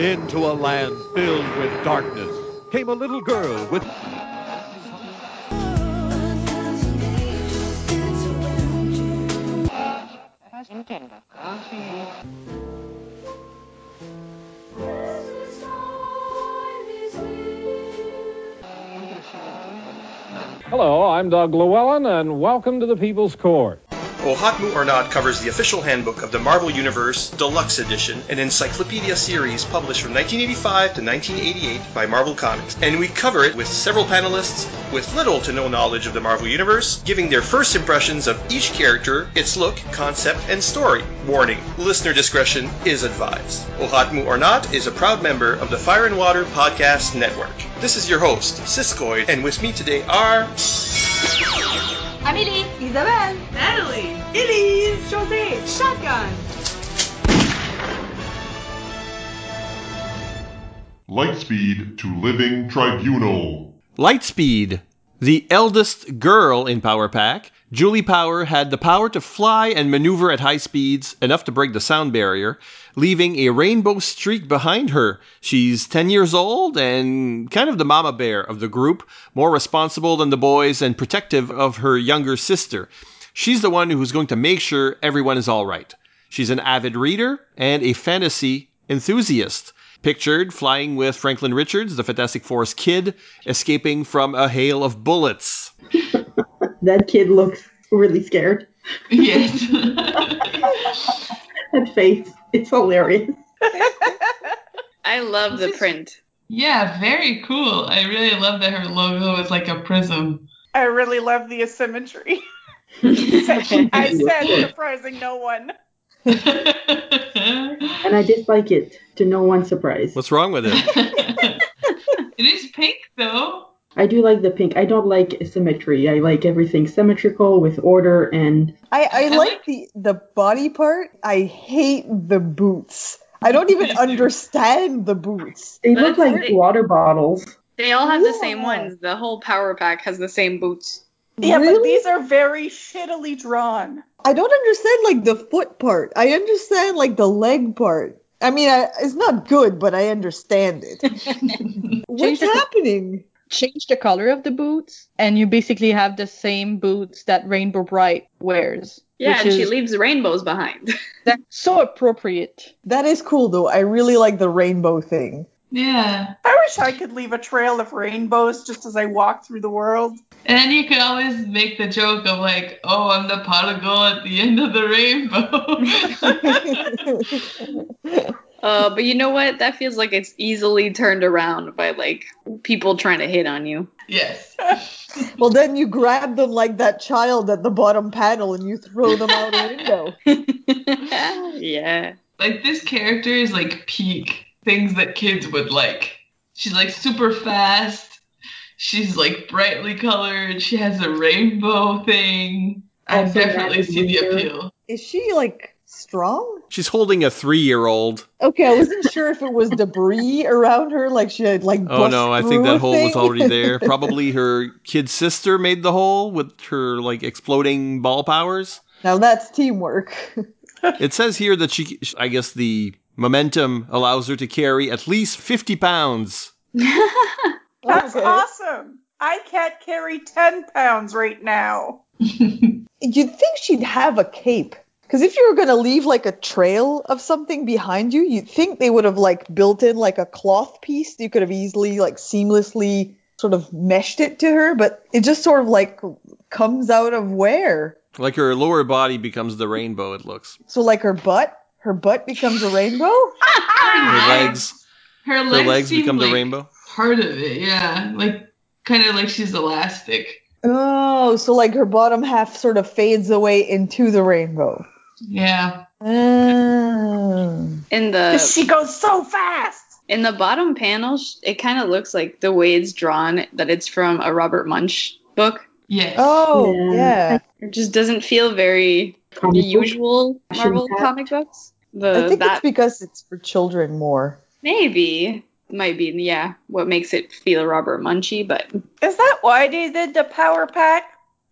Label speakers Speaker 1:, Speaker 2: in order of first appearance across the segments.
Speaker 1: Into a land filled with darkness came a little girl with
Speaker 2: Hello, I'm Doug Llewellyn, and welcome to the People's Court.
Speaker 3: Ohatmu or Not covers the official handbook of the Marvel Universe Deluxe Edition, an encyclopedia series published from 1985 to 1988 by Marvel Comics, and we cover it with several panelists with little to no knowledge of the Marvel Universe, giving their first impressions of each character, its look, concept, and story. Warning: Listener discretion is advised. Ohatmu or Not is a proud member of the Fire and Water Podcast Network. This is your host, Siskoid, and with me today are
Speaker 4: Amelie, Isabel,
Speaker 5: Natalie,
Speaker 4: Elise, Jose, Shotgun.
Speaker 6: Lightspeed to Living Tribunal.
Speaker 7: Lightspeed. The eldest girl in Power Pack, Julie Power had the power to fly and maneuver at high speeds, enough to break the sound barrier, leaving a rainbow streak behind her. She's 10 years old and kind of the mama bear of the group, more responsible than the boys and protective of her younger sister. She's the one who's going to make sure everyone is all right. She's an avid reader and a fantasy enthusiast pictured flying with Franklin Richards, the Fantastic Four's kid, escaping from a hail of bullets.
Speaker 8: That kid looks really scared.
Speaker 5: Yes.
Speaker 8: That face, it's hilarious.
Speaker 9: I love the print.
Speaker 5: yeah, very cool. I really love that her logo is like a prism.
Speaker 10: I really love the asymmetry. I said surprising no one.
Speaker 5: it
Speaker 8: And I dislike it to no one's surprise.
Speaker 7: What's wrong with it?
Speaker 5: is pink though.
Speaker 8: I do like the pink. I don't like symmetry. I like everything symmetrical with order and
Speaker 11: I, I
Speaker 5: I
Speaker 11: like the the body part. I hate the boots. I don't even understand the boots.
Speaker 8: they
Speaker 9: But
Speaker 8: look
Speaker 9: that's
Speaker 8: like
Speaker 9: the-
Speaker 8: water bottles.
Speaker 9: They all have the same
Speaker 11: Yeah.
Speaker 9: ones. The whole power pack has the same boots.
Speaker 10: Yeah, but
Speaker 11: Really?
Speaker 10: these are very shittily drawn.
Speaker 11: I don't understand like the foot part. I understand like the leg part. I mean, I, it's not good, but I understand it. What's
Speaker 12: Change the-
Speaker 11: happening?
Speaker 12: change the color of the boots, and you basically have the same boots that Rainbow Bright wears.
Speaker 9: Yeah,
Speaker 12: which
Speaker 9: and she
Speaker 12: is-
Speaker 9: leaves rainbows behind.
Speaker 12: that's so appropriate.
Speaker 11: That is cool though. I really like the rainbow thing.
Speaker 5: Yeah.
Speaker 10: I wish I could leave a trail of rainbows just as I walk through the world.
Speaker 5: And then you could always make the joke of like, oh, I'm the pot of gold at the end of the rainbow.
Speaker 9: uh, but you know what? That feels like it's easily turned around by like people trying to hit on you.
Speaker 5: yes.
Speaker 11: well, then you grab them like that child at the bottom panel and you throw them out a window.
Speaker 9: yeah.
Speaker 5: Like this character is like peak things that kids would like. She's like super fast. She's like brightly colored. She has a rainbow thing. I
Speaker 8: Also,
Speaker 5: definitely
Speaker 8: Matt
Speaker 5: see the
Speaker 8: Reeves.
Speaker 5: appeal.
Speaker 11: Is she like strong?
Speaker 7: She's holding a three year old.
Speaker 11: Okay, I wasn't sure if it was debris around her, like she had like.
Speaker 7: Oh
Speaker 11: bust
Speaker 7: no, I
Speaker 11: through
Speaker 7: think
Speaker 11: a
Speaker 7: that hole was
Speaker 11: thing.
Speaker 7: already there. Probably her kid sister made the hole with her like exploding ball powers.
Speaker 11: now that's teamwork.
Speaker 7: It says here that she, I guess the momentum allows her to carry at least 50 pounds.
Speaker 10: That's
Speaker 11: Okay.
Speaker 10: awesome. I can't carry 10 pounds right now.
Speaker 11: You'd think she'd have a cape, because if you were gonna leave like a trail of something behind you, you'd think they would have like built in like a cloth piece. You could have easily like seamlessly sort of meshed it to her, but it just sort of like comes out of where.
Speaker 7: Like her lower body becomes the rainbow, it looks.
Speaker 11: So like her butt, her butt becomes a rainbow.
Speaker 7: Her legs,
Speaker 5: Her legs,
Speaker 7: her legs
Speaker 5: seem
Speaker 7: become the
Speaker 5: like
Speaker 7: rainbow.
Speaker 5: Part of it, yeah. Like kind of like she's elastic.
Speaker 11: Oh, so like her bottom half sort of fades away into the rainbow.
Speaker 5: Yeah.
Speaker 11: Oh.
Speaker 9: In
Speaker 10: 'Cause
Speaker 9: the
Speaker 10: she goes so fast.
Speaker 9: in the bottom panel, sh- it kind of looks like the way it's drawn that it's from a Robert Munch book.
Speaker 5: Yes.
Speaker 11: Oh, yeah.
Speaker 9: It just doesn't feel very the
Speaker 8: Comic book.
Speaker 9: usual
Speaker 8: Action
Speaker 9: Marvel
Speaker 8: packed.
Speaker 9: comic books. The
Speaker 11: I think
Speaker 9: that
Speaker 11: it's because it's for children more.
Speaker 9: maybe might be yeah what makes it feel Robert Munchy, but
Speaker 10: Is that why they did the power pack?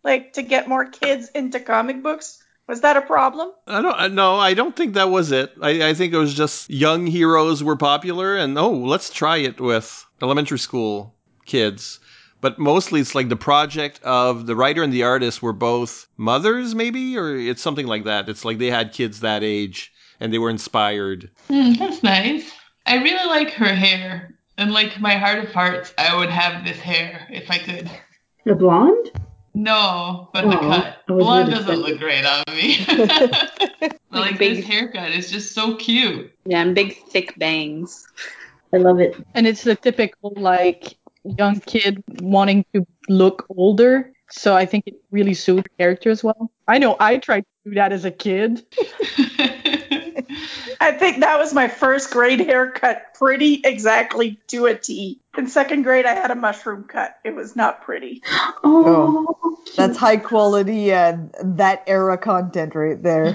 Speaker 10: Like to get more kids into comic books? Was that a problem?
Speaker 7: I don't. I- No, I don't think that was it. I, I think it was just young heroes were popular, and oh, let's try it with elementary school kids. But mostly, it's like the project of the writer and the artist were both mothers, maybe, or it's something like that. It's like they had kids that age, and they were inspired.
Speaker 5: Hmm, that's nice. I really like her hair. And like my heart of hearts, I would have this hair if I could.
Speaker 8: A blonde?
Speaker 5: No, but the
Speaker 8: Oh,
Speaker 5: cut.
Speaker 8: I was
Speaker 5: Blonde
Speaker 8: really
Speaker 5: doesn't look great on me. But, like this haircut is just so cute.
Speaker 9: Yeah, and big thick bangs.
Speaker 8: I love it.
Speaker 12: And it's the typical like young kid wanting to look older. So I think it really suits the character as well. I know I tried to do that as a kid.
Speaker 10: I think that was my first grade haircut, pretty exactly to a T. In second grade, I had a mushroom cut. It was not pretty.
Speaker 8: Oh,
Speaker 11: that's high quality and that era content right there.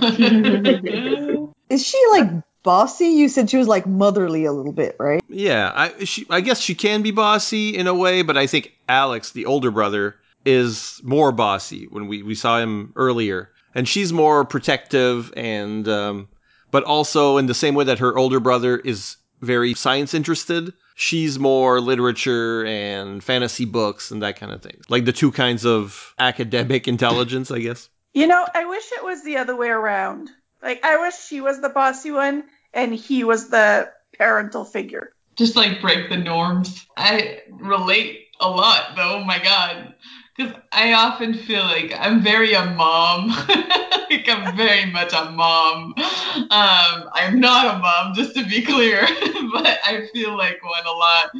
Speaker 11: Is she like bossy? You said she was like motherly a little bit, right?
Speaker 7: Yeah, I she, I guess she can be bossy in a way, but I think Alex, the older brother, is more bossy when we, we saw him earlier, and she's more protective and um, but also in the same way that her older brother is very science interested, she's more literature and fantasy books and that kind of thing. Like the two kinds of academic intelligence, I guess.
Speaker 10: You know, I wish it was the other way around. Like, I wish she was the bossy one and he was the parental figure.
Speaker 5: Just like break the norms. I relate a lot though, oh my god. Because I often feel like I'm very a mom. like I'm very much a mom. Um, I'm not a mom, just to be clear, but I feel like one a lot.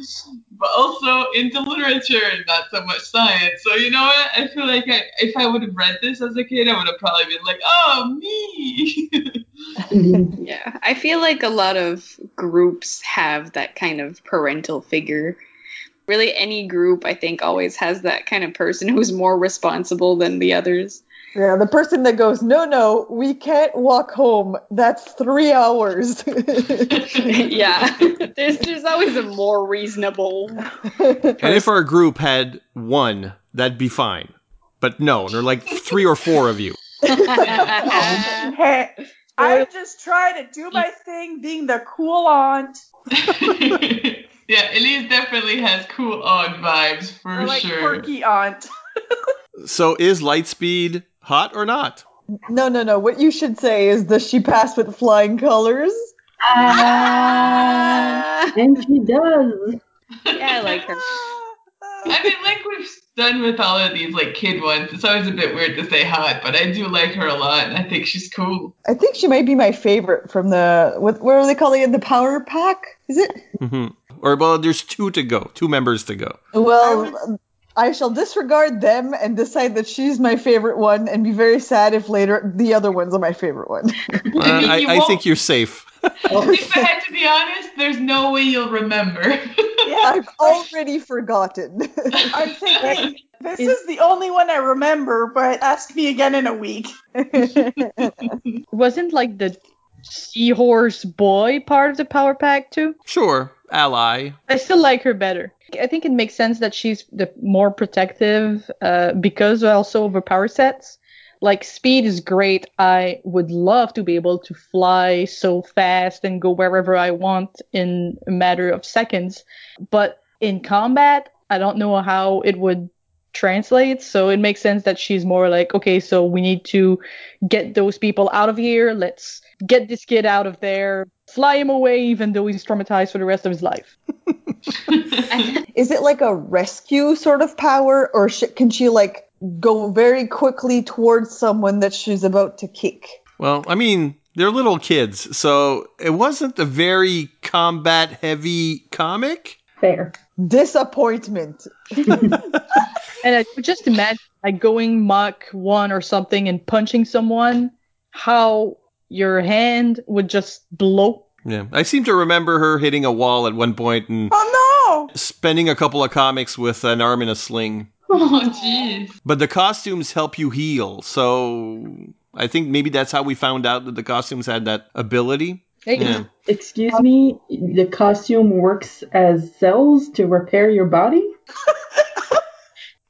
Speaker 5: But also into literature and not so much science. So you know what? I feel like I, if I would have read this as a kid, I would have probably been like, oh me.
Speaker 9: Yeah, I feel like a lot of groups have that kind of parental figure. Really, any group, I think, always has that kind of person who's more responsible than the others.
Speaker 11: Yeah, the person that goes, no, no, we can't walk home. That's three hours.
Speaker 9: yeah, there's there's always a more reasonable.
Speaker 7: And if our group had one, that'd be fine. But no, there are like three or four of you.
Speaker 10: Hey, I'm just trying to do my thing, being the cool aunt.
Speaker 5: Yeah, Elise definitely has cool odd vibes for
Speaker 10: Or like
Speaker 5: sure.
Speaker 10: quirky aunt.
Speaker 7: So is Lightspeed hot or not?
Speaker 11: no, no, no. What you should say is, does she pass with flying colors?
Speaker 9: Ah.
Speaker 8: and she does.
Speaker 9: Yeah, I like her.
Speaker 5: I mean, like we've done with all of these like kid ones, it's always a bit weird to say hot, but I do like her a lot, and I think she's cool.
Speaker 11: I think she might be my favorite from the what? What are they calling it? The power pack? Is it?
Speaker 7: hmm Or well, there's two to go, two members to go.
Speaker 11: Well, I shall disregard them and decide that she's my favorite one, and be very sad if later the other ones are my favorite one.
Speaker 7: Uh, I, I think you're safe.
Speaker 5: If I had to be honest, there's no way you'll remember.
Speaker 11: I've already forgotten.
Speaker 10: I'm thinking this is the only one I remember, but ask me again in a week.
Speaker 12: Wasn't like the seahorse boy part of the power pack too?
Speaker 7: Sure, ally.
Speaker 12: I still like her better. I think it makes sense that she's the more protective uh, because also of her power sets. Like speed is great. I would love to be able to fly so fast and go wherever I want in a matter of seconds. But in combat, I don't know how it would translate. So it makes sense that she's more like, okay, so we need to get those people out of here. Let's get this kid out of there. Fly him away, even though he's traumatized for the rest of his life.
Speaker 11: Is it like a rescue sort of power, or sh- can she like go very quickly towards someone that she's about to kick?
Speaker 7: Well, I mean, they're little kids, so it wasn't a very combat heavy comic.
Speaker 8: Fair.
Speaker 11: Disappointment.
Speaker 12: And I could just imagine like going Mach 1 or something and punching someone, how your hand would just blow.
Speaker 7: Yeah, I seem to remember her hitting a wall at one point and
Speaker 10: Oh
Speaker 7: spending a couple of comics with an arm in a sling.
Speaker 5: Oh jeez.
Speaker 7: But the costumes help you heal, so I think maybe that's how we found out that the costumes had that ability.
Speaker 12: Hey.
Speaker 7: Yeah.
Speaker 8: Excuse me, the costume works as cells to repair your body?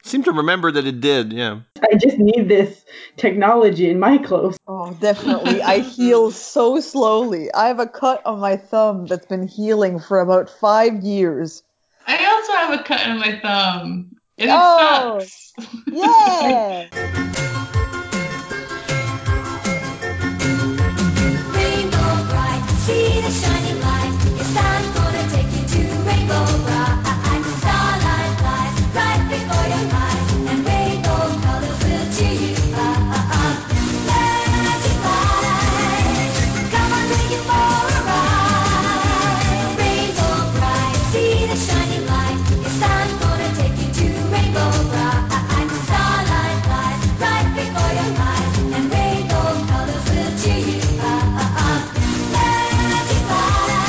Speaker 7: seem to remember that it did. Yeah.
Speaker 8: I just need this technology in my clothes.
Speaker 11: Oh, definitely. I heal so slowly. I have a cut on my thumb that's been healing for about five years.
Speaker 5: I also have a cut on my thumb. And
Speaker 11: Oh.
Speaker 5: it sucks.
Speaker 11: Yeah.
Speaker 13: Rainbow bright, see the shining light. Yes, I'm gonna take you to Rainbow Bright. Starlight flies right before your eyes, and rainbow colors will cheer you up. Magic light, come on, take you for a ride. Rainbow bright, see the shining light. Yes, I'm gonna take you to Rainbow Bright. Starlight flies right before your eyes, and rainbow colors will cheer you up. Magic light,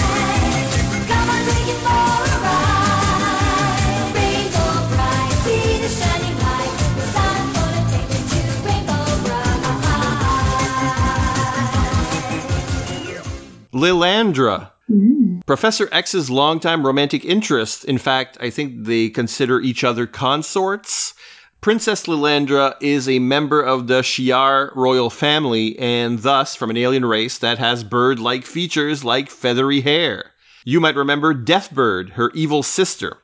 Speaker 13: come on, take you for a ride. Rainbow bright, see the shining light. Yes, I'm gonna take you to Rainbow Bright.
Speaker 7: Lilandra. Professor X's longtime romantic interest. In fact, I think they consider each other consorts. Princess Lilandra is a member of the Shiar royal family and thus from an alien race that has bird like features like feathery hair. You might remember Deathbird, her evil sister.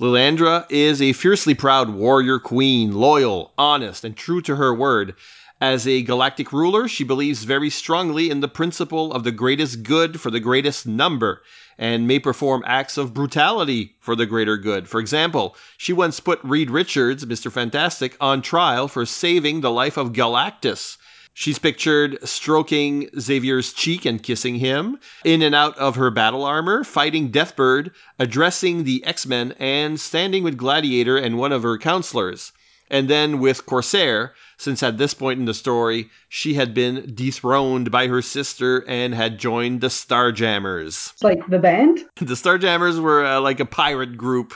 Speaker 7: Lilandra is a fiercely proud warrior queen, loyal, honest, and true to her word. As a galactic ruler, she believes very strongly in the principle of the greatest good for the greatest number and may perform acts of brutality for the greater good. For example, she once put Reed Richards, Mr. Fantastic, on trial for saving the life of Galactus. She's pictured stroking Xavier's cheek and kissing him, in and out of her battle armor, fighting Deathbird, addressing the X Men, and standing with Gladiator and one of her counselors. And then with Corsair, since at this point in the story, she had been dethroned by her sister and had joined the Starjammers.
Speaker 8: It's like the band
Speaker 7: The Starjammers were uh, like a pirate group.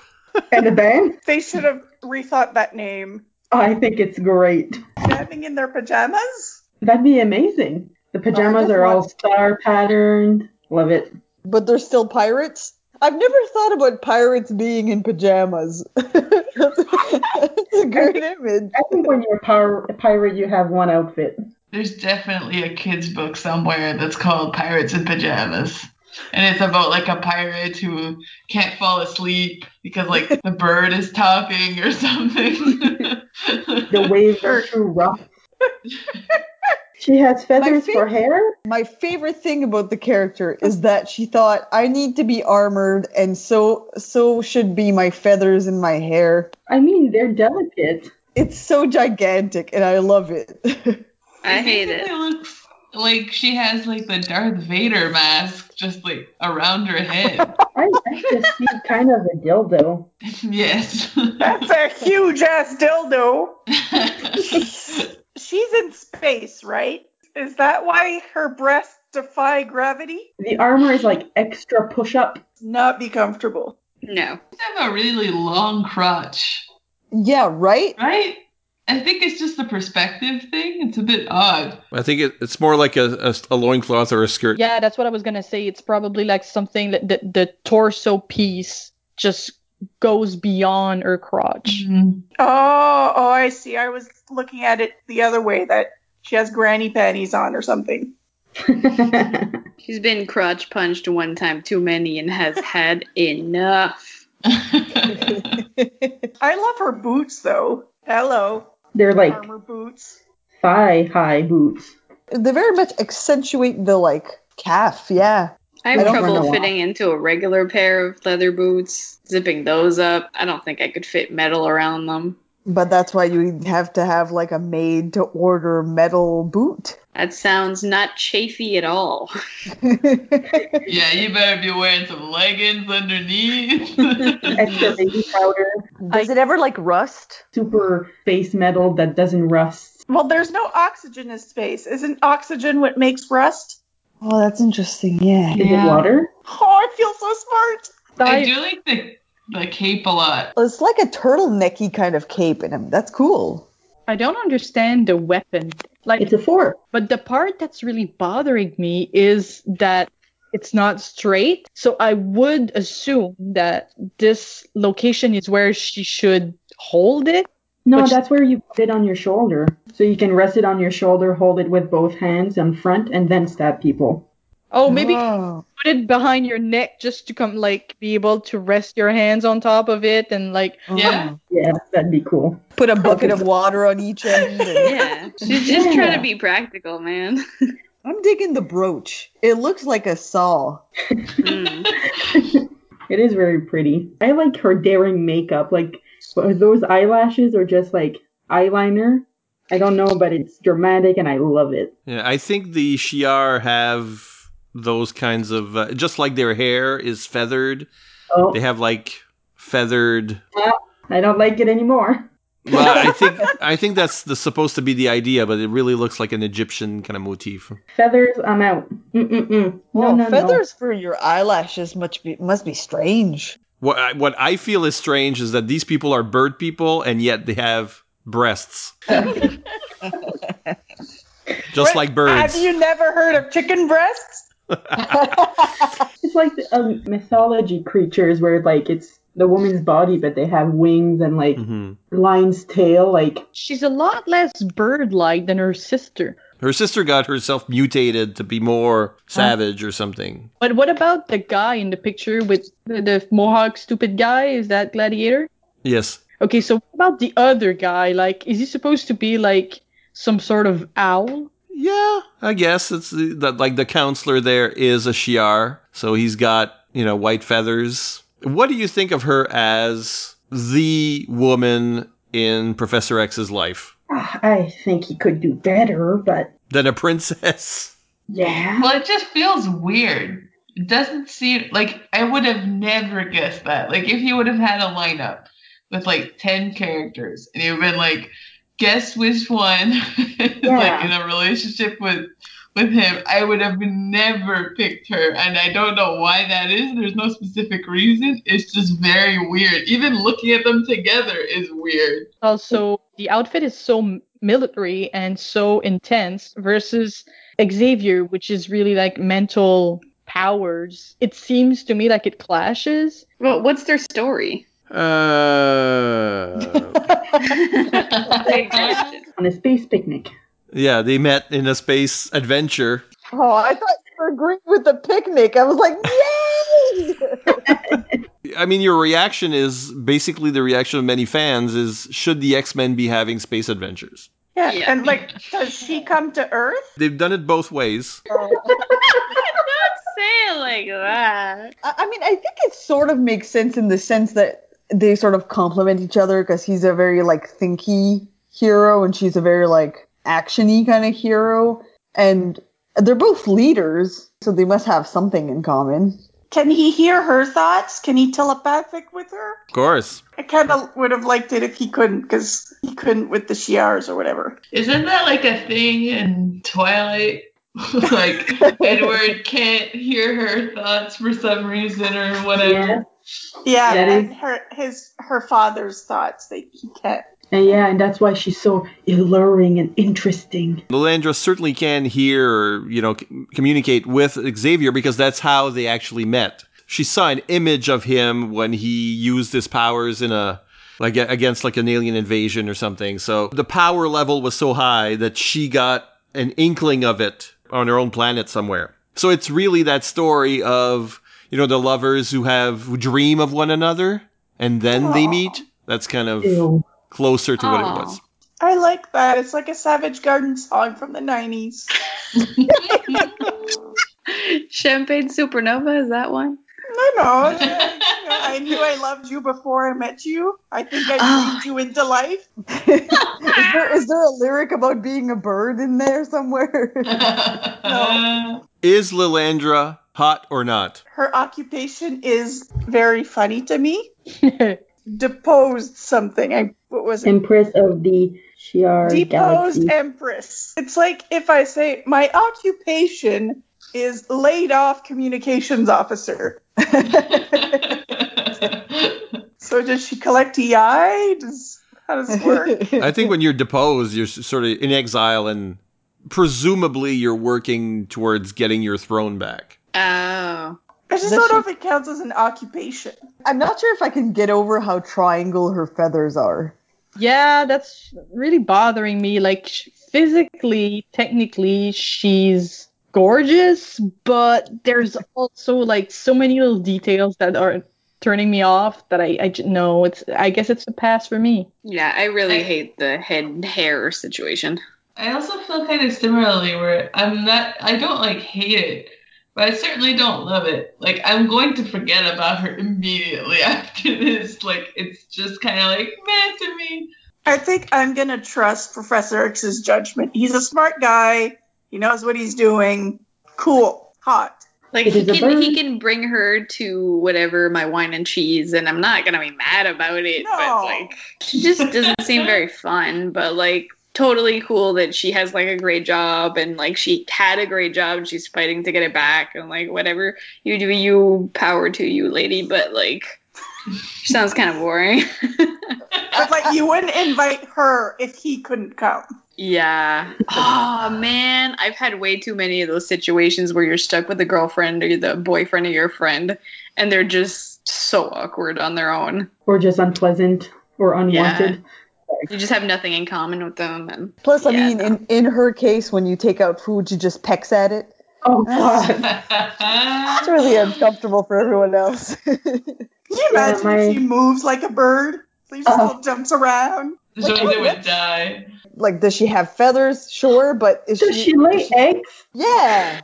Speaker 8: and the band.
Speaker 10: They should have rethought that name.
Speaker 8: I think it's great.
Speaker 10: Jamming in their pajamas?
Speaker 8: That'd be amazing. The pajamas are all star patterned. Love it.
Speaker 11: But they're still pirates? I've never thought about pirates being in pajamas. That's a great image.
Speaker 8: I think when you're a, pir- a pirate, you have one outfit.
Speaker 5: There's definitely a kid's book somewhere that's called Pirates in Pajamas. And it's about like a pirate who can't fall asleep because like the bird is talking or something.
Speaker 8: The waves are too rough. She has feathers for hair.
Speaker 11: My favorite thing about the character is that she thought I need to be armored, and so so should be my feathers and my hair.
Speaker 8: I mean, they're delicate.
Speaker 11: It's so gigantic, and I love it.
Speaker 9: I hate
Speaker 5: It looks like she has like the Darth Vader mask just like around her head.
Speaker 8: I, I just see kind of a dildo.
Speaker 5: yes.
Speaker 10: That's a huge ass dildo. She's in space, right? Is that why her breasts defy gravity?
Speaker 8: The armor is like extra push up.
Speaker 10: Not be comfortable.
Speaker 9: No.
Speaker 5: I have a really long crotch.
Speaker 11: Yeah, right?
Speaker 5: Right? I think it's just the perspective thing. It's a bit odd.
Speaker 7: I think it, it's more like a, a, a loincloth or a skirt.
Speaker 12: Yeah, that's what I was gonna say. It's probably like something that the, the torso piece just goes beyond her crotch.
Speaker 5: Mm-hmm.
Speaker 10: Oh, oh, I see. I was looking at it the other way that she has granny panties on or something.
Speaker 9: She's been crotch punched one time too many and has had enough.
Speaker 10: I love her boots though. Hello.
Speaker 8: They're like
Speaker 10: Armor boots.
Speaker 8: thigh high boots.
Speaker 11: They very much accentuate the like calf. Yeah.
Speaker 9: I have
Speaker 11: I don't know
Speaker 9: trouble
Speaker 11: why.
Speaker 9: fitting into a regular pair of leather boots, zipping those up. I don't think I could fit metal around them.
Speaker 11: But that's why you have to have like a made to order metal boot.
Speaker 9: That sounds not chafy at all.
Speaker 5: Yeah, you better be wearing some leggings underneath.
Speaker 8: Extra baby powder.
Speaker 11: Does it ever like rust?
Speaker 8: Super base metal that doesn't rust.
Speaker 10: Well, there's no oxygen in space. Isn't oxygen what makes rust?
Speaker 11: Oh, that's interesting. Yeah.
Speaker 8: Is it water?
Speaker 10: Oh, I feel so smart.
Speaker 5: I do like the the cape a lot.
Speaker 11: It's like a turtlenecky kind of cape in him. That's cool.
Speaker 12: I don't understand the weapon. Like it's
Speaker 8: a four.
Speaker 12: But the part that's really bothering me is that it's not straight. So I would assume that this location is where she should hold it.
Speaker 8: No, that's where you put it on your shoulder. So you can rest it on your shoulder, hold it with both hands in front, and then stab people.
Speaker 12: Oh, maybe put it behind your neck just to come, like, be able to rest your hands on top of it and, like,
Speaker 5: Yeah.
Speaker 8: Yeah, that'd be cool.
Speaker 11: Put a bucket of water on each end.
Speaker 9: Yeah. She's just trying to be practical, man.
Speaker 11: I'm digging the brooch. It looks like a saw.
Speaker 8: It is very pretty. I like her daring makeup. Like but those eyelashes are just like eyeliner. I don't know, but it's dramatic and I love it.
Speaker 7: Yeah, I think the Shi'ar have those kinds of uh, just like their hair is feathered.
Speaker 8: Oh.
Speaker 7: They have like feathered.
Speaker 8: Ah, I don't like it anymore.
Speaker 7: Well, I think I think that's the, supposed to be the idea, but it really looks like an Egyptian kind of motif.
Speaker 8: Feathers, I'm out. Mm-mm-mm. No, no,
Speaker 11: feathers for your eyelashes must be must be strange.
Speaker 7: What I, what I feel is strange is that these people are bird people, and yet they have breasts, just like birds.
Speaker 10: Have you never heard of chicken breasts?
Speaker 8: It's like the, um, mythology creatures where like it's the woman's body, but they have wings and
Speaker 7: Hmm.
Speaker 8: like
Speaker 7: Mm-hmm.
Speaker 8: lion's tail. Like
Speaker 12: she's a lot less bird-like than her sister.
Speaker 7: Her sister got herself mutated to be more savage or something.
Speaker 12: But what about the guy in the picture with the, the mohawk stupid guy? Is that Gladiator?
Speaker 7: Yes.
Speaker 12: Okay, so what about the other guy? Like, is he supposed to be like some sort of owl?
Speaker 7: Yeah. I guess it's the, that like the counselor there is a Shiar, so he's got you know white feathers. What do you think of her as the woman in Professor X's life?
Speaker 8: ah, I think he could do better, but
Speaker 7: Than a princess?
Speaker 8: yeah.
Speaker 5: Well, it just feels weird. It doesn't seem like I would have never guessed that. Like if you would have had a lineup with like ten characters and you've been like, guess which one is like in a relationship with with him, I would have never picked her, and I don't know why that is. There's no specific reason. It's just very weird. Even looking at them together is weird.
Speaker 12: Also, Oh, the outfit is so m- military and so intense versus Xavier, which is really like mental powers. It seems to me like it clashes.
Speaker 9: Well, what's their story?
Speaker 7: Uh.
Speaker 8: On a space picnic.
Speaker 7: yeah, they met in a space adventure.
Speaker 11: Oh, I thought you were agreeing with the picnic. I was like, yay!
Speaker 7: I mean, your reaction is basically the reaction of many fans is should the X Men be having space adventures?
Speaker 10: Yeah. And like, does she come to Earth?
Speaker 7: They've done it both ways.
Speaker 9: Say it like that.
Speaker 11: I I mean, I think it sort of makes sense in the sense that they sort of complement each other because he's a very like thinky hero and she's a very like actiony kind of hero, and they're both leaders, so they must have something in common.
Speaker 10: Can he hear her thoughts? Can he telepathic with her?
Speaker 7: Of course.
Speaker 10: I kind of would have liked it if he couldn't, because he couldn't with the Shiars or whatever.
Speaker 5: Isn't that like a thing in Twilight? like Edward can't hear her thoughts for some reason or whatever.
Speaker 10: Yeah,
Speaker 8: That
Speaker 10: and her his her father's thoughts. They he can't.
Speaker 8: And yeah, and that's why she's so alluring and interesting.
Speaker 7: Lilandra certainly can hear, you know, c- communicate with Xavier because that's how they actually met. She saw an image of him when he used his powers in a like a- against like an alien invasion or something. So the power level was so high that she got an inkling of it on her own planet somewhere. So it's really that story of you know the lovers who have who dream of one another and then they meet. That's kind of
Speaker 8: Ew.
Speaker 7: closer to what it
Speaker 10: Aw.
Speaker 7: was.
Speaker 10: I like that. It's like a Savage Garden song from the nineties.
Speaker 9: Champagne Supernova, is that one?
Speaker 10: I know. I knew I loved you before I met you. I think I breathed you into life.
Speaker 11: Is there is there a lyric about being a bird in there somewhere?
Speaker 7: Is Lilandra hot or not?
Speaker 10: Her occupation is very funny to me. Deposed something. I what was it?
Speaker 8: Empress of the Shiar
Speaker 10: Deposed
Speaker 8: Galaxy.
Speaker 10: Empress. It's like if I say my occupation is laid off communications officer. so does she collect EI? Does, how does it work?
Speaker 7: I think when you're deposed, you're s- sort of in exile, and presumably you're working towards getting your throne back.
Speaker 9: Oh.
Speaker 10: I just don't know if it counts as an occupation.
Speaker 11: I'm not sure if I can get over how triangle her feathers are.
Speaker 12: Yeah, that's really bothering me. Like sh- physically, technically, she's gorgeous, but there's also like so many little details that are turning me off that I I j- no, it's I guess it's a pass for me.
Speaker 9: Yeah, I really hate the head hair situation.
Speaker 5: I also feel kind of similarly where I'm not, I don't like hate it, but I certainly don't love it. Like, I'm going to forget about her immediately after this. Like, it's just kind of like, meh to me.
Speaker 10: I think I'm going to trust Professor X's judgment. He's a smart guy. He knows what he's doing. Cool. Hot.
Speaker 9: Like he can he can bring her to whatever my wine and cheese, and I'm not gonna be mad about it. But like, she just doesn't seem very fun. But like, totally cool that she has like a great job, and like she had a great job, and she's fighting to get it back, and like whatever you do, you power to you, lady. But like, she sounds kind of boring.
Speaker 10: But like, you wouldn't invite her if he couldn't come.
Speaker 9: Yeah. Oh man, I've had way too many of those situations where you're stuck with the girlfriend or the boyfriend of your friend, and they're just so awkward on their own.
Speaker 8: or just unpleasant or unwanted.
Speaker 9: You just have nothing in common with them, and
Speaker 11: Plus, I mean, in, in her case, when you take out food, she just pecks at it.
Speaker 8: Oh
Speaker 11: god, it's really uncomfortable for everyone else.
Speaker 10: Can you imagine if she moves like a bird? So she just all jumps around.
Speaker 5: Zoe would die.
Speaker 11: like, does she have feathers? Sure, but is does she, lay eggs? Yeah.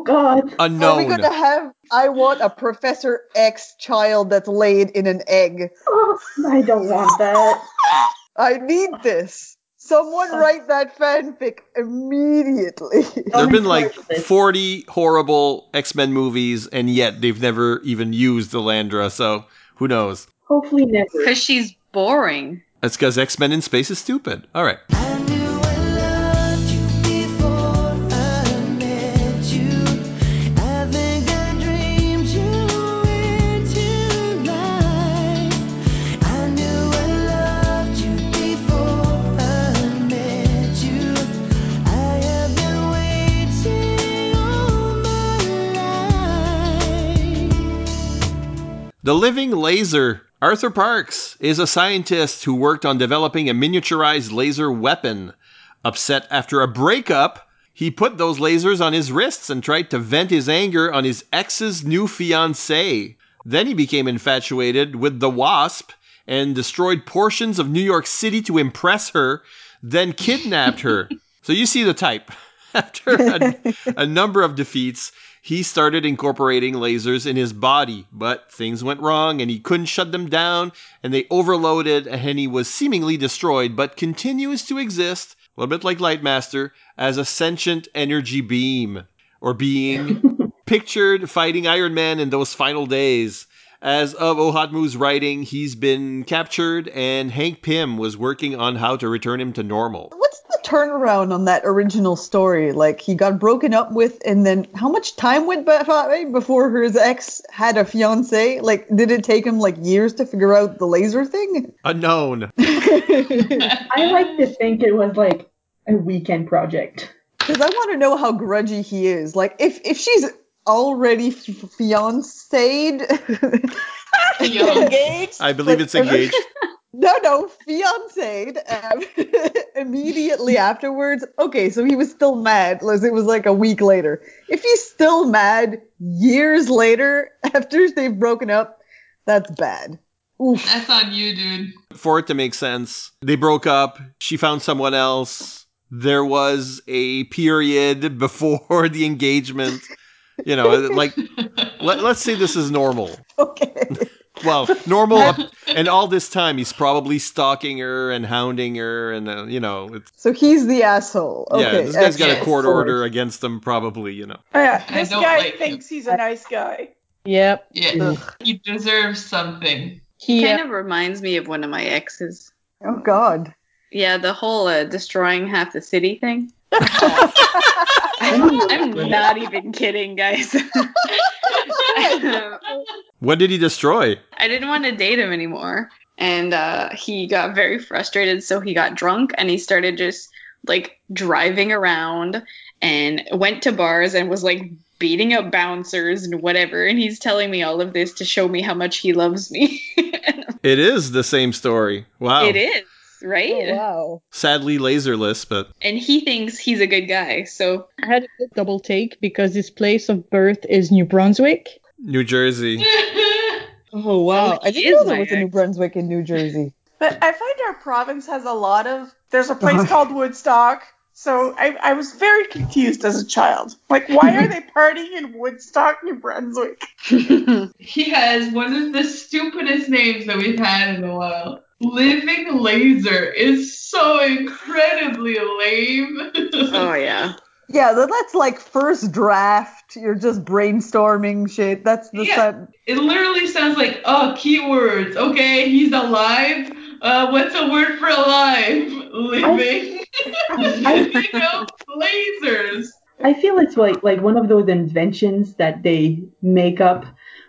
Speaker 8: god.
Speaker 11: Are we
Speaker 7: Unknown.
Speaker 11: gonna have? I want a Professor X child that's laid in an egg.
Speaker 8: I don't want that.
Speaker 11: I need this. Someone write that fanfic immediately.
Speaker 7: There have been like 40 horrible X Men movies, and yet they've never even used Elandra, so who knows?
Speaker 8: Hopefully never.
Speaker 9: Because she's boring.
Speaker 7: That's because X Men in space is stupid. All right. The Living Laser. Arthur Parks is a scientist who worked on developing a miniaturized laser weapon. Upset after a breakup, he put those lasers on his wrists and tried to vent his anger on his ex's new fiancée. Then he became infatuated with the Wasp and destroyed portions of New York City to impress her, then kidnapped her. so you see the type. After a, a number of defeats, he started incorporating lasers in his body, but things went wrong and he couldn't shut them down, and they overloaded, and he was seemingly destroyed, but continues to exist, a little bit like Lightmaster, as a sentient energy beam, or being pictured fighting Iron Man in those final days. As of Ohadmu's writing, he's been captured, and Hank Pym was working on how to return him to normal.
Speaker 11: What's the turnaround on that original story? Like he got broken up with, and then how much time went by before his ex had a fiance? Like, did it take him like years to figure out the laser thing?
Speaker 7: Unknown.
Speaker 8: I like to think it was like a weekend project.
Speaker 11: Because I want to know how grudgy he is. Like, if if she's already f- fiancéd, engaged.
Speaker 7: I believe it's
Speaker 11: like-
Speaker 7: engaged.
Speaker 11: No, no, fiancéd. Um, immediately afterwards, okay, so he was still mad. like, It was like a week later. If he's still mad years later after they've broken up, that's bad. Oof.
Speaker 5: That's on you, dude.
Speaker 7: for it to make sense. They broke up. She found someone else. There was a period before the engagement. You know, like let, let's say this is normal. Okay. Well, normal, up, and all this time he's probably stalking her and hounding her, and uh, you know, it's,
Speaker 11: So he's the asshole. Okay,
Speaker 7: yeah, this guy's got a
Speaker 11: excellent.
Speaker 7: court order against him, probably. You know,
Speaker 10: Oh, Yeah, this
Speaker 5: don't
Speaker 10: guy
Speaker 5: like
Speaker 10: thinks he's a nice guy.
Speaker 12: Yep.
Speaker 5: Yeah. He deserves something.
Speaker 9: He kind
Speaker 8: uh,
Speaker 9: of reminds me of one of my exes.
Speaker 11: Oh God.
Speaker 9: Yeah, the whole uh, destroying half the city thing. I'm, I'm not even kidding, guys.
Speaker 7: what did he destroy?
Speaker 9: I didn't want to date him anymore. And uh, he got very frustrated, so he got drunk and he started just like driving around and went to bars and was like beating up bouncers and whatever. And he's telling me all of this to show me how much he loves me.
Speaker 11: Oh.
Speaker 7: It is the same story. Wow.
Speaker 9: It is. right?
Speaker 12: wow.
Speaker 7: Sadly, laserless, but
Speaker 9: And he thinks he's a good guy, so
Speaker 12: I had a good double take because his place of birth is New Brunswick.
Speaker 7: New Jersey.
Speaker 11: Oh wow! I didn't know there was a New Brunswick in New Jersey.
Speaker 10: But I find our province has a lot of. There's a place called Woodstock. So I, I was very confused as a child. Like, why are they partying in Woodstock, New Brunswick?
Speaker 5: He has one of the stupidest names that we've had in a while. Living Laser is so incredibly lame.
Speaker 9: Oh yeah.
Speaker 11: Yeah, that, that's like first draft. You're just brainstorming shit. That's the
Speaker 5: Yeah.
Speaker 11: set.
Speaker 5: It literally sounds like, oh, keywords. Okay, he's alive. Uh, what's a word for alive? Living. Living up lasers.
Speaker 8: I feel it's like like one of those inventions that they make up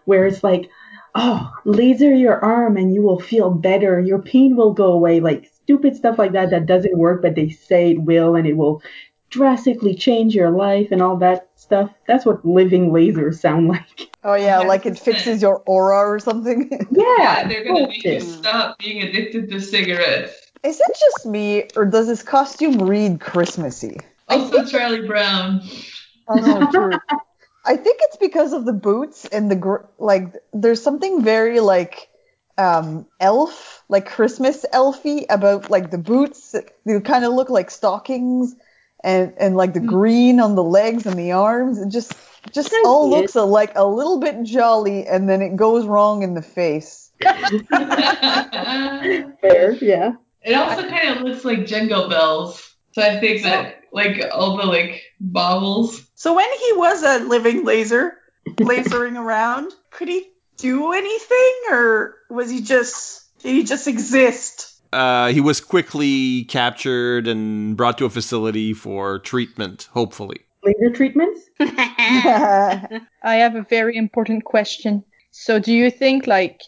Speaker 8: where it's like, oh, laser your arm and you will feel better. Your pain will go away. Like stupid stuff like that that doesn't work, but they say it will and it will drastically change your life and all that stuff. That's what living lasers sound like.
Speaker 11: Oh yeah, like it fixes your aura or something.
Speaker 5: Yeah, they're gonna make you stop being addicted to cigarettes.
Speaker 11: Is it just me, or does this costume read Christmassy?
Speaker 5: Also, Charlie Brown.
Speaker 11: Oh, true. I think it's because of the boots and the gr- like. There's something very like um elf, like Christmas elfy about like the boots. They kind of look like stockings, and and like the
Speaker 10: Mm.
Speaker 11: green on the legs and the arms. It just just all
Speaker 8: it.
Speaker 11: looks a, like a little bit jolly, and then it goes wrong in the face.
Speaker 5: it
Speaker 8: Fair, yeah.
Speaker 5: also kind of looks like Jingle Bells. So I think that, like, all the like baubles.
Speaker 10: So when he was a living laser, lasering around, could he do anything, or was he just did he just exist?
Speaker 7: Uh, he was quickly captured and brought to a facility for treatment, hopefully.
Speaker 8: Laser treatments?
Speaker 12: I have a very important question. So, do you think, like,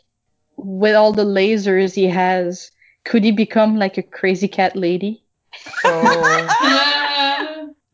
Speaker 12: with all the lasers he has, could he become like a crazy cat lady?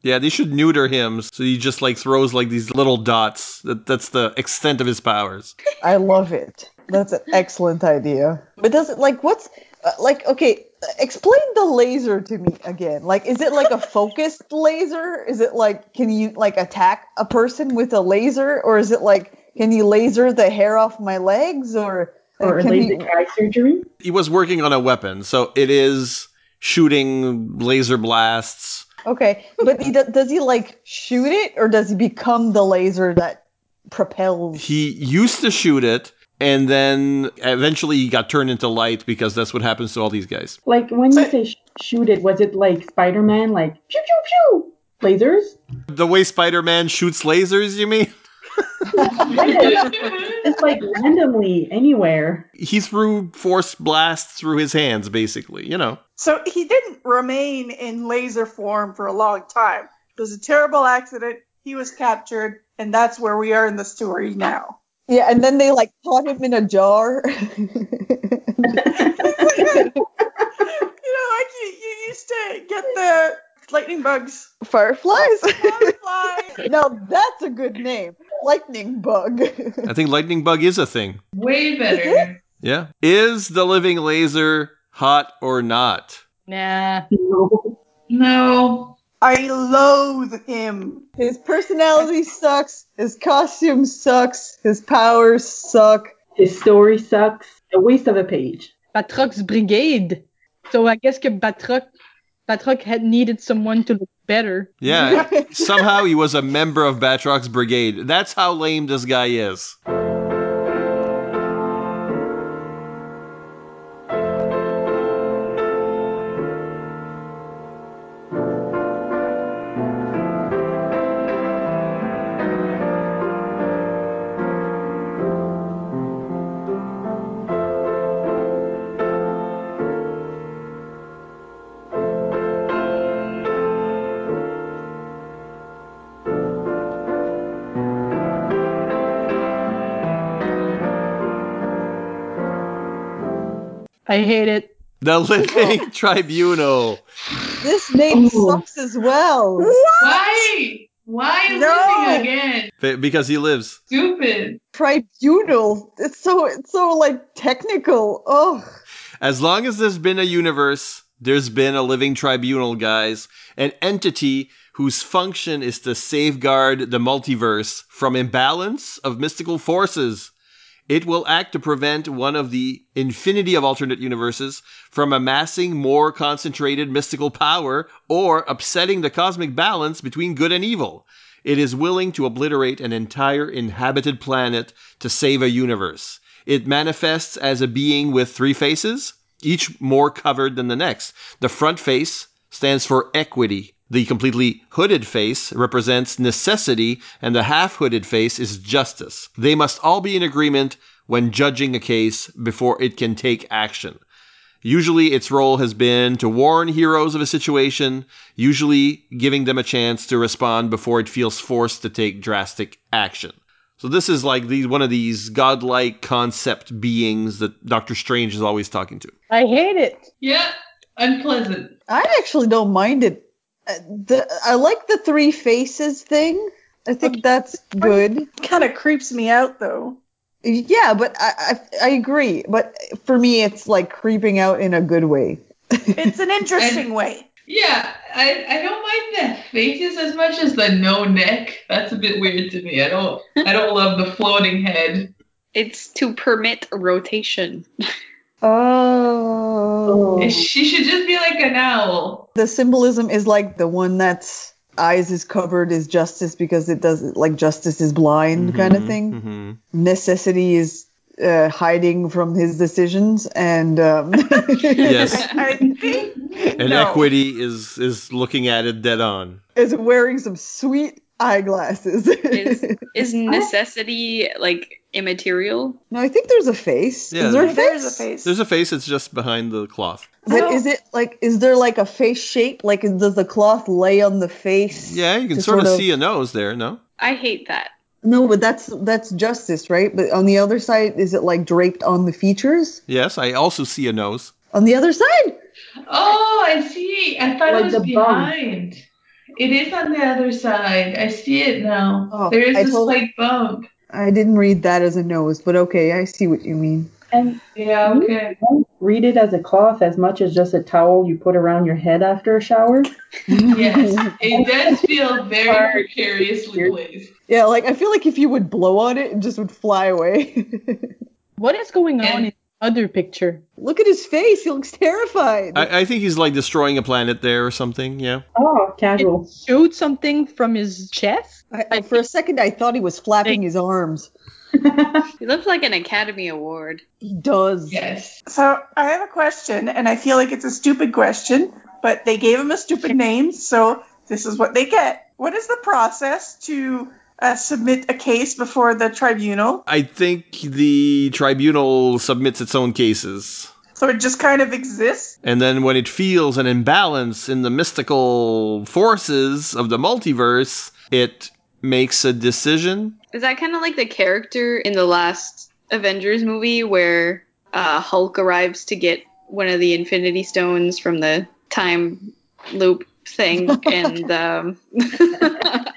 Speaker 7: Yeah, they should neuter him so he just like throws like these little dots. That, that's the extent of his powers.
Speaker 11: I love it. That's an excellent idea. But does it like what's uh, like okay? Explain the laser to me again. Like, is it like a focused laser? Is it like can you like attack a person with a laser, or is it like can you laser the hair off my legs, or
Speaker 8: Or
Speaker 11: can
Speaker 8: laser
Speaker 11: we-
Speaker 8: eye surgery?
Speaker 7: He was working on a weapon, so it is shooting laser blasts.
Speaker 11: Okay, but he, do- does he like shoot it, or does he become the laser that propels?
Speaker 7: He used to shoot it, and then eventually he got turned into light because that's what happens to all these guys.
Speaker 8: Like when you say sh- shoot it, was it like Spider-Man, like pew pew pew, lasers?
Speaker 7: The way Spider Man shoots lasers, you mean?
Speaker 8: It's like randomly anywhere.
Speaker 7: He threw force blasts through his hands, basically, you know.
Speaker 10: So he didn't remain in laser form for a long time. It was a terrible accident. He was captured, and that's where we are in the story now.
Speaker 11: Yeah, and then they like caught him in a jar.
Speaker 10: You know, like you, you used to get the lightning bugs.
Speaker 11: Fireflies. now that's a good name. Lightning bug.
Speaker 7: I think Lightning Bug is a thing.
Speaker 5: Way better.
Speaker 7: Yeah. Is the living laser hot or not?
Speaker 12: Nah.
Speaker 5: No.
Speaker 10: I loathe him.
Speaker 11: His personality sucks. His costume sucks. His powers suck.
Speaker 8: His story sucks. A waste of a page.
Speaker 12: Batrock's brigade. So I guess que Batroc, Batroc had needed someone to look better.
Speaker 7: Yeah. Somehow he was a member of Batrock's brigade. That's how lame this guy is.
Speaker 12: I hate it.
Speaker 7: The living tribunal.
Speaker 11: This name sucks as well.
Speaker 5: Why? Why
Speaker 11: No.
Speaker 5: living again?
Speaker 7: Be- Because he lives.
Speaker 5: Stupid.
Speaker 11: Tribunal. It's so it's so like technical. Oh,
Speaker 7: As long as there's been a universe, There's been a living tribunal, guys, an entity whose function is to safeguard the multiverse from imbalance of mystical forces. It will act to prevent one of the infinity of alternate universes from amassing more concentrated mystical power or upsetting the cosmic balance between good and evil. It is willing to obliterate an entire inhabited planet to save a universe. It manifests as a being with three faces, each more covered than the next. The front face stands for equity. The completely hooded face represents necessity, and the half hooded face is justice. They must all be in agreement when judging a case before it can take action. Usually, its role has been to warn heroes of a situation, usually giving them a chance to respond before it feels forced to take drastic action. So, this is like the, one of these godlike concept beings that Doctor Strange is always talking to.
Speaker 11: I hate it.
Speaker 5: Yeah, unpleasant.
Speaker 11: I actually don't mind it. Uh, The, I like the three faces thing. I think that's good.
Speaker 10: Kind of creeps me out though.
Speaker 11: Yeah, but I, I I agree. But for me, it's like creeping out in a good way.
Speaker 10: It's an interesting way.
Speaker 5: Yeah, I, I don't like the faces as much as the no neck. That's a bit weird to me. I don't I don't love the floating head.
Speaker 9: It's to permit rotation.
Speaker 11: Oh.
Speaker 5: She should just be like an owl.
Speaker 11: The symbolism is like the one that's eyes is covered is justice because it does like justice is blind
Speaker 7: Mm-hmm.
Speaker 11: kind of thing. Necessity is uh, hiding from his decisions and um,
Speaker 7: Yes.
Speaker 10: I think
Speaker 7: And
Speaker 11: No.
Speaker 7: equity is is looking at it dead on.
Speaker 11: is wearing some sweet eyeglasses.
Speaker 9: Is, is necessity like immaterial?
Speaker 11: no, I think there's a face.
Speaker 7: Yeah,
Speaker 11: is there a face?
Speaker 10: there's a face.
Speaker 7: There's a face that's just behind the cloth.
Speaker 11: But is it like is there like a face shape? Like is, does the cloth lay on the face?
Speaker 7: Yeah, you can
Speaker 11: To
Speaker 7: sort of
Speaker 11: sort of-
Speaker 7: see a nose there, no?
Speaker 9: I hate that.
Speaker 11: No, but that's that's justice, right? But on the other side, is it like draped on the features?
Speaker 7: Yes, I also see a nose.
Speaker 11: On the other side?
Speaker 5: Oh, I see. I thought
Speaker 11: Like
Speaker 5: it
Speaker 11: the
Speaker 5: was
Speaker 11: bum.
Speaker 5: behind. It is on the other side. I see it now.
Speaker 11: Oh,
Speaker 5: there is
Speaker 11: I
Speaker 5: a
Speaker 11: told-
Speaker 5: slight bump.
Speaker 11: I didn't read that as a nose, but okay, I see what you mean.
Speaker 8: And
Speaker 5: Yeah,
Speaker 11: Hmm?
Speaker 5: okay.
Speaker 8: don't read it as a cloth as much as just a towel you put around your head after a shower.
Speaker 5: Yes. It does feel very precariously placed.
Speaker 11: Yeah, like I feel like if you would blow on it, it just would fly away.
Speaker 12: What is going on in the other picture?
Speaker 11: Look at his face; he looks terrified.
Speaker 7: I, I think he's like destroying a planet there or something, yeah.
Speaker 8: Oh, casual.
Speaker 12: Showed something from his chest?
Speaker 11: I, for a second, I thought he was flapping his arms.
Speaker 9: He looks like an Academy Award.
Speaker 11: He does.
Speaker 5: Yes.
Speaker 10: So I have a question, and I feel like it's a stupid question, but they gave him a stupid name, so this is what they get. What is the process to uh, submit a case before the tribunal?
Speaker 7: I think the tribunal submits its own cases.
Speaker 10: So it just kind of exists.
Speaker 7: And then when it feels an imbalance in the mystical forces of the multiverse, it makes a decision.
Speaker 9: Is that kind of like the character in the last Avengers movie where uh, Hulk arrives to get one of the Infinity Stones from the time loop thing? and um,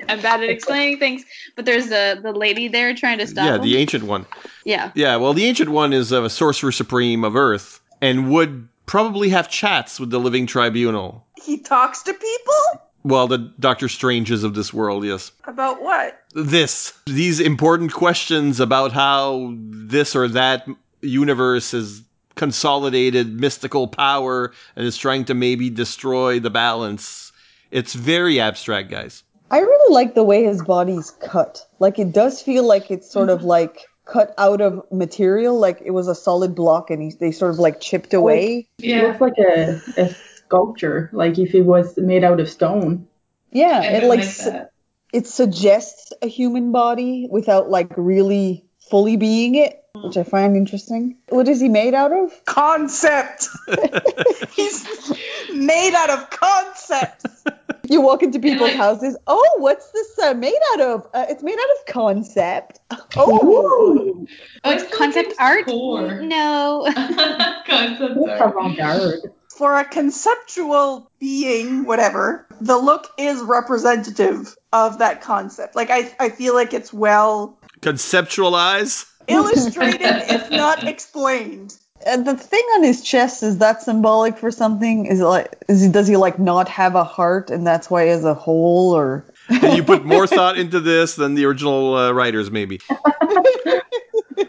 Speaker 9: I'm bad at explaining things, but there's the the lady there trying to stop
Speaker 7: yeah,
Speaker 9: him.
Speaker 7: the ancient one.
Speaker 9: yeah,
Speaker 7: Yeah, well, the Ancient One is a sorcerer supreme of Earth and would probably have chats with the Living Tribunal.
Speaker 10: He talks to people
Speaker 7: Well, the Doctor Stranges of this world, yes.
Speaker 10: about what?
Speaker 7: This. These important questions about how this or that universe has consolidated mystical power and is trying to maybe destroy the balance. It's very abstract, guys.
Speaker 11: I really like the way his body's cut. Like it does feel like it's sort of like cut out of material, like it was a solid block and he, they sort of like chipped away.
Speaker 5: Yeah.
Speaker 8: It looks like a, a sculpture, like if it was made out of stone.
Speaker 11: Yeah,
Speaker 5: I
Speaker 11: it
Speaker 5: don't
Speaker 11: like
Speaker 5: like
Speaker 11: su-
Speaker 5: that.
Speaker 11: it suggests a human body without like really fully being it, which I find interesting. What is he made out of?
Speaker 10: Concept. He's made out of concepts.
Speaker 11: You walk into people's
Speaker 5: like-
Speaker 11: houses. Oh, what's this uh, made out of? Uh, it's made out of concept. Oh,
Speaker 5: I feel like
Speaker 9: concept
Speaker 5: it's
Speaker 9: art.
Speaker 5: poor.
Speaker 9: No,
Speaker 5: concept
Speaker 8: It's
Speaker 5: art.
Speaker 8: avant-garde.
Speaker 10: For a conceptual being, whatever, the look is representative of that concept. Like I, I feel like it's well
Speaker 7: Conceptualize?
Speaker 10: illustrated if not explained.
Speaker 11: And the thing on his chest is that symbolic for something? Is it like is he, does he like not have a heart and that's why he has a hole or
Speaker 7: And you put more thought into this than the original uh, writers, maybe.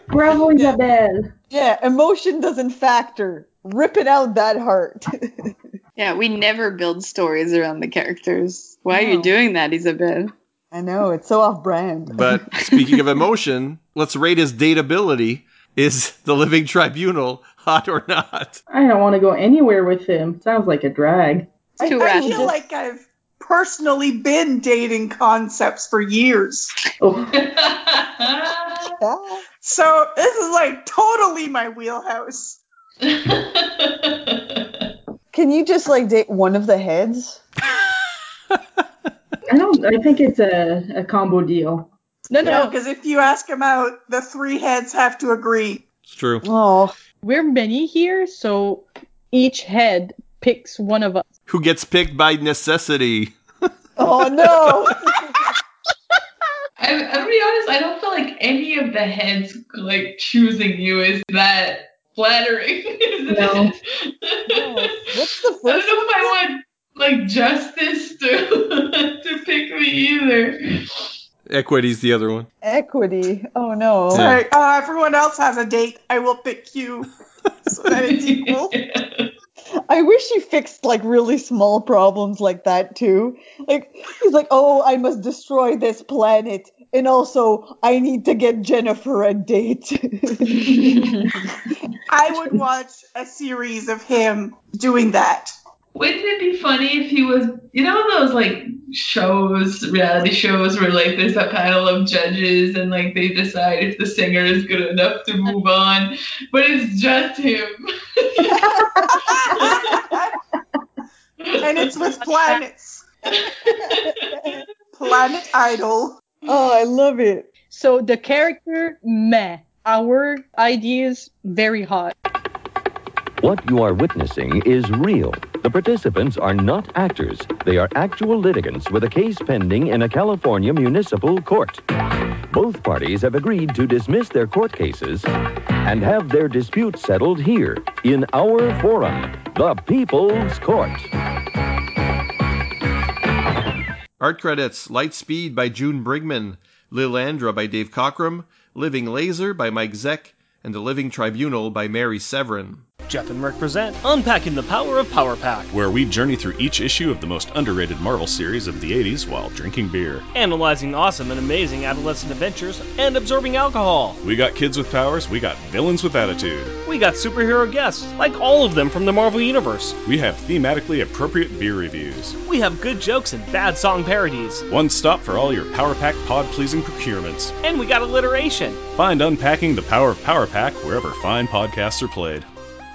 Speaker 11: Bravo Isabel. Yeah, emotion doesn't factor. Ripping out that heart.
Speaker 9: Yeah, we never build stories around the characters. Why are you doing that, Isabel?
Speaker 11: I know, it's so off brand.
Speaker 7: But speaking of emotion, let's rate his dateability. Is the Living Tribunal hot or not?
Speaker 8: I don't want to go anywhere with him. Sounds like a drag.
Speaker 10: I,
Speaker 8: too
Speaker 10: I
Speaker 8: radical.
Speaker 10: feel like I've personally been dating concepts for years.
Speaker 8: Oh,
Speaker 10: so this is like totally my wheelhouse.
Speaker 11: Can you just like date one of the heads?
Speaker 8: I don't. I think it's a, a combo deal.
Speaker 10: No, no, because if you ask him out, the three heads have to agree.
Speaker 7: It's true.
Speaker 11: Oh,
Speaker 12: we're many here, so each head picks one of us.
Speaker 7: Who gets picked by necessity?
Speaker 11: Oh no!
Speaker 5: I'm, I'm gonna be honest. I don't feel like any of the heads like choosing you is that flattering. Is
Speaker 11: No.
Speaker 5: It?
Speaker 11: What's the
Speaker 5: I don't know if I want like justice to to pick me either.
Speaker 7: Equity's the other one.
Speaker 11: Equity. Oh no.
Speaker 7: Yeah.
Speaker 10: Like, oh, everyone else has a date. I will pick you. So that it's equal.
Speaker 11: I wish you fixed like really small problems like that too. Like he's like, "Oh, I must destroy this planet." And also, I need to get Jennifer a date.
Speaker 10: I would watch a series of him doing that.
Speaker 5: Wouldn't it be funny if he was, you know, those like shows, reality shows where like there's a panel of judges and like they decide if the singer is good enough to move on, but it's just him.
Speaker 10: And it's with planets. Planet Idol.
Speaker 11: Oh, I love it.
Speaker 12: So the character, meh. Our ideas, very hot.
Speaker 14: What you are witnessing is real. The participants are not actors. They are actual litigants with a case pending in a California municipal court. Both parties have agreed to dismiss their court cases and have their disputes settled here in our forum, the People's Court.
Speaker 7: Art credits Lightspeed by June Brigman, Lilandra by Dave Cockrum, Living Laser by Mike Zeck, and The Living Tribunal by Mary Severin.
Speaker 15: Jeff and Merck present Unpacking the Power of Power Pack,
Speaker 16: where we journey through each issue of the most underrated Marvel series of the 80s while drinking beer.
Speaker 15: analyzing awesome and amazing adolescent adventures and absorbing alcohol.
Speaker 16: We got kids with powers, we got villains with attitude.
Speaker 15: We got superhero guests, like all of them from the Marvel Universe.
Speaker 16: We have thematically appropriate beer reviews.
Speaker 15: We have good jokes and bad song parodies.
Speaker 16: One stop for all your Power Pack pod pleasing procurements.
Speaker 15: And we got alliteration.
Speaker 16: Find Unpacking the Power of Power Pack wherever fine podcasts are played.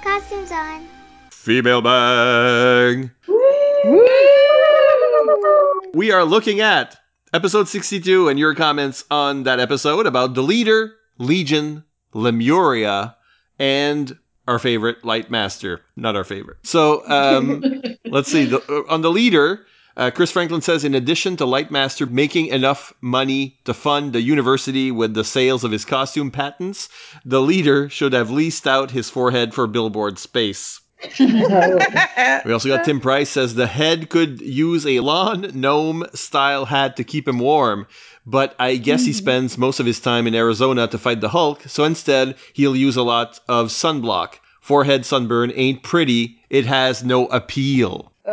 Speaker 13: Costumes on.
Speaker 7: Female Bang! We are looking at episode 62 and your comments on that episode about the leader, Legion, Lemuria, and our favorite, Light Master. Not our favorite. So um, let's see. The, uh, on the leader, uh, Chris Franklin says in addition to Light Master making enough money to fund the university with the sales of his costume patents, the leader should have leased out his forehead for billboard space. We also got Tim Price says the head could use a lawn gnome style hat to keep him warm, but I guess he spends most of his time in Arizona to fight the Hulk, so instead he'll use a lot of sunblock. Forehead sunburn ain't pretty, it has no appeal.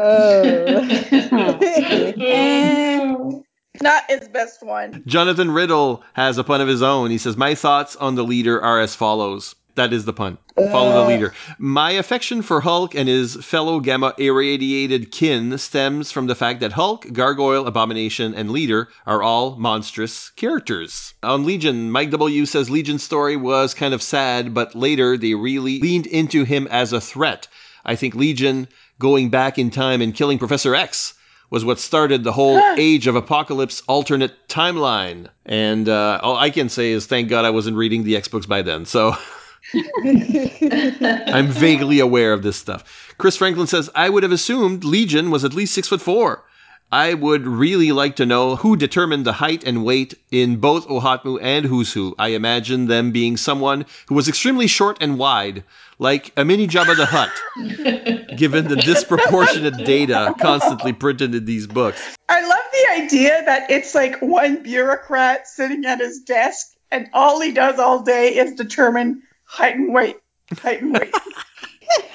Speaker 10: Oh. Not his best one.
Speaker 7: Jonathan Riddle has a pun of his own. He says, My thoughts on the leader are as follows. That is the pun. Follow the leader. My affection for Hulk and his fellow gamma irradiated kin stems from the fact that Hulk, Gargoyle, Abomination, and Leader are all monstrous characters. On Legion, Mike W says Legion's story was kind of sad, but later they really leaned into him as a threat. I think Legion going back in time and killing Professor X was what started the whole Age of Apocalypse alternate timeline. And uh, all I can say is thank God I wasn't reading the X books by then. So I'm vaguely aware of this stuff. Chris Franklin says I would have assumed Legion was at least six foot four. I would really like to know who determined the height and weight in both Ohatmu and Who's Who. I imagine them being someone who was extremely short and wide, like a mini Jabba the Hutt, given the disproportionate data constantly printed in these books.
Speaker 10: I love the idea that it's like one bureaucrat sitting at his desk, and all he does all day is determine height and weight. Height and weight.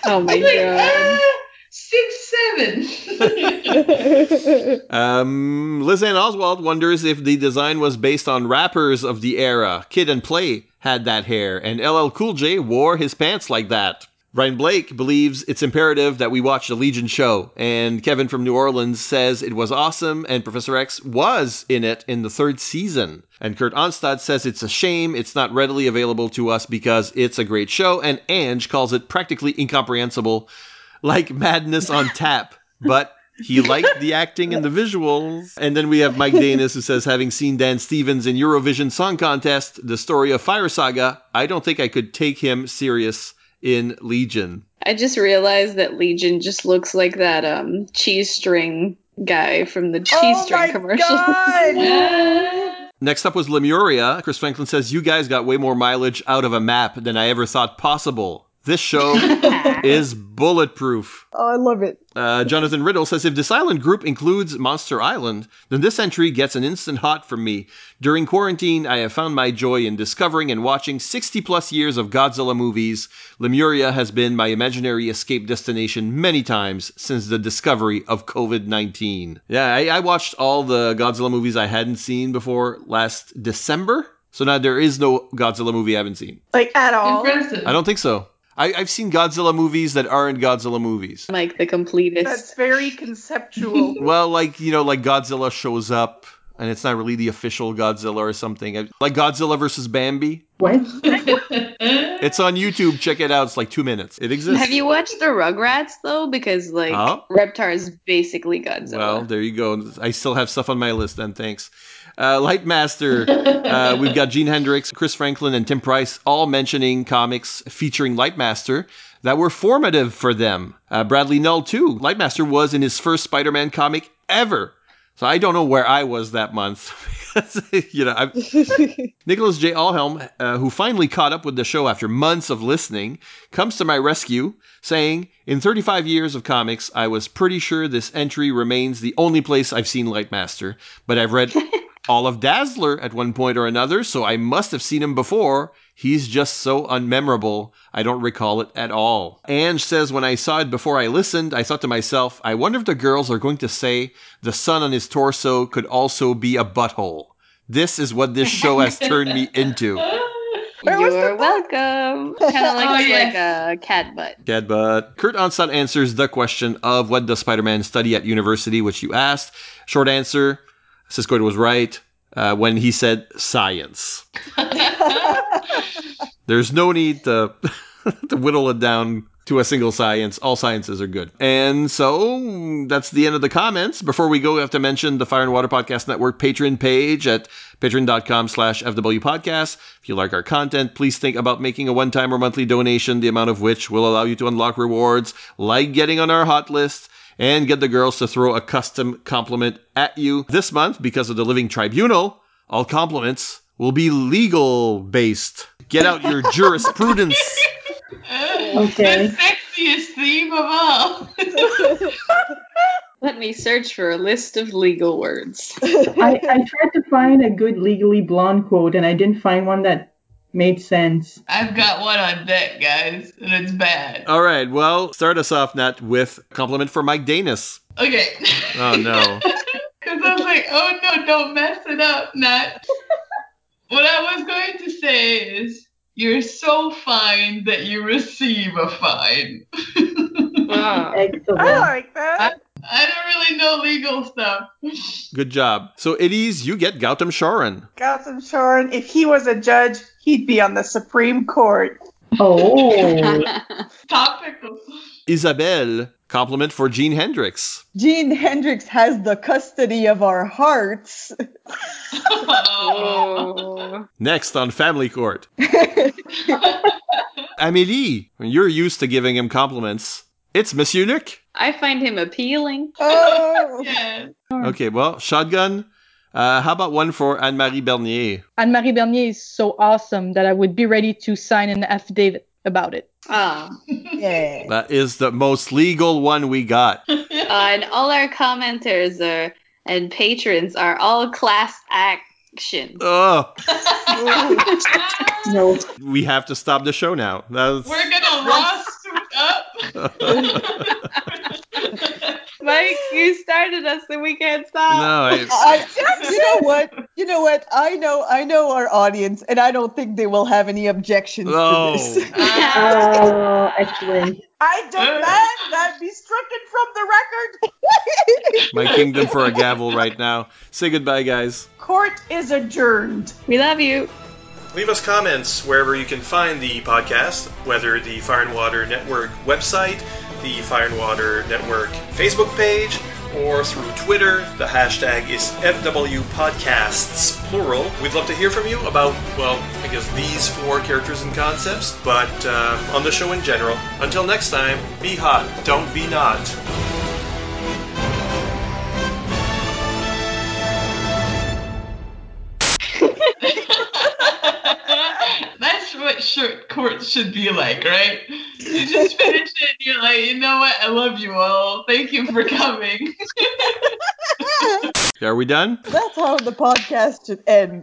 Speaker 9: oh my
Speaker 5: god. Six seven.
Speaker 7: Um, Liz Ann Oswald wonders if the design was based on rappers of the era. Kid and Play had that hair, and LL Cool J wore his pants like that. Ryan Blake believes it's imperative that we watch the Legion show, and Kevin from New Orleans says it was awesome, and Professor X was in it in the third season. And Kurt Onstad says it's a shame it's not readily available to us because it's a great show, and Ange calls it practically incomprehensible, like madness on tap, but he liked the acting and the visuals. And then we have Mike Danis who says, having seen Dan Stevens in Eurovision Song Contest, the story of Fire Saga, I don't think I could take him serious in Legion.
Speaker 9: I just realized that Legion just looks like that um cheese string guy from the
Speaker 10: Oh
Speaker 9: cheese string commercial.
Speaker 7: Next up was Lemuria. Chris Franklin says, You guys got way more mileage out of a map than I ever thought possible. This show is bulletproof.
Speaker 11: Oh, I love it.
Speaker 7: Uh, Jonathan Riddle says if this island group includes Monster Island, then this entry gets an instant hot from me. During quarantine, I have found my joy in discovering and watching 60 plus years of Godzilla movies. Lemuria has been my imaginary escape destination many times since the discovery of COVID 19. Yeah, I, I watched all the Godzilla movies I hadn't seen before last December. So now there is no Godzilla movie I haven't seen.
Speaker 10: Like at all.
Speaker 7: I don't think so. I, I've seen Godzilla movies that aren't Godzilla movies.
Speaker 9: Like the completest.
Speaker 10: That's very conceptual.
Speaker 7: Well, like you know, like Godzilla shows up, and it's not really the official Godzilla or something. Like Godzilla versus Bambi.
Speaker 8: What?
Speaker 7: It's on YouTube. Check it out. It's like two minutes. It exists.
Speaker 9: Have you watched the Rugrats though? Because like
Speaker 7: Huh?
Speaker 9: Reptar is basically Godzilla.
Speaker 7: Well, there you go. I still have stuff on my list then. Thanks. Uh, Lightmaster. uh, we've got Gene Hendricks, Chris Franklin, and Tim Price all mentioning comics featuring Lightmaster that were formative for them. Uh, Bradley Null, too. Lightmaster was in his first Spider Man comic ever. So I don't know where I was that month. you know, i Nicholas J. Allhelm, uh, who finally caught up with the show after months of listening, comes to my rescue saying, In 35 years of comics, I was pretty sure this entry remains the only place I've seen Lightmaster, but I've read all of Dazzler at one point or another, so I must have seen him before. He's just so unmemorable, I don't recall it at all. Ange says, When I saw it before I listened, I thought to myself, I wonder if the girls are going to say the sun on his torso could also be a butthole. This is what this show has turned me into.
Speaker 9: You're welcome. Kind of like
Speaker 5: Oh,
Speaker 9: it's
Speaker 5: yes.
Speaker 9: like a cat butt.
Speaker 7: Dead butt. Kurt Onstad answers the question of what does Spider-Man study at university, which you asked. Short answer, Siskoid was right uh, when he said science. There's no need to, to whittle it down to a single science. All sciences are good. And so that's the end of the comments. Before we go, we have to mention the Fire and Water Podcast Network patron page at patreon.com slash FW podcast. If you like our content, please think about making a one-time or monthly donation, the amount of which will allow you to unlock rewards like getting on our hot list and get the girls to throw a custom compliment at you. This month, because of the Living Tribunal, all compliments will be legal based. Get out your jurisprudence.
Speaker 8: Okay.
Speaker 5: uh, The sexiest theme of all.
Speaker 9: Let me search for a list of legal words.
Speaker 8: I, I tried to find a good legally blonde quote and I didn't find one that made sense.
Speaker 5: I've got one on deck, guys, and it's bad.
Speaker 7: All right, well, start us off, Nat, with a compliment for Mike Danis.
Speaker 5: Okay.
Speaker 7: Oh, no.
Speaker 5: Because I was like, oh no, don't mess it up, Matt. what I was going to say is, you're so fine that you receive a fine.
Speaker 10: I
Speaker 8: Excellent.
Speaker 10: like that.
Speaker 5: I don't really know legal stuff.
Speaker 7: Good job. So, Elise, you get Gautam Shoran.
Speaker 10: Gotham Shore, if he was a judge, he'd be on the Supreme Court.
Speaker 8: Oh.
Speaker 5: Topical.
Speaker 7: Isabelle, compliment for Gene Hendricks.
Speaker 11: Gene Hendricks has the custody of our hearts.
Speaker 9: Oh.
Speaker 7: Next on Family Court. Amélie, you're used to giving him compliments. It's Monsieur Luc.
Speaker 9: I find him appealing.
Speaker 10: Oh,
Speaker 5: yeah.
Speaker 7: Okay, well, Shotgun. Uh, how about one for Anne Marie Bernier?
Speaker 12: Anne Marie Bernier is so awesome that I would be ready to sign an affidavit about it.
Speaker 9: Ah.
Speaker 11: yeah.
Speaker 7: That is the most legal one we got.
Speaker 9: Uh, and all our commenters are and patrons are all class action.
Speaker 7: Oh,
Speaker 8: no.
Speaker 7: we have to stop the show now. That's
Speaker 5: Ah, We're gonna lawsuit up.
Speaker 9: Mike, you started us and we can't stop.
Speaker 7: no. I,
Speaker 11: I, you know what? You know what? I know, I know our audience, and I don't think they will have any objections
Speaker 7: Oh.
Speaker 11: to this.
Speaker 8: Oh, excellent.
Speaker 10: I demand that be stricken from the record.
Speaker 7: my kingdom for a gavel right now. Say goodbye, guys.
Speaker 10: Court is adjourned.
Speaker 9: We love you.
Speaker 3: Leave us comments wherever you can find the podcast, whether the Fire and Water Network website, the Fire and Water Network Facebook page, or through Twitter. The hashtag is FWPodcasts, plural. We'd love to hear from you about, well, I guess these four characters and concepts, but um, on the show in general. Until next time, be hot, don't be not.
Speaker 5: That's what shirt courts should be like, right? You just finish it and you're like, you know what? I love you all. Thank you for coming.
Speaker 7: Are we done?
Speaker 11: That's how the podcast should end.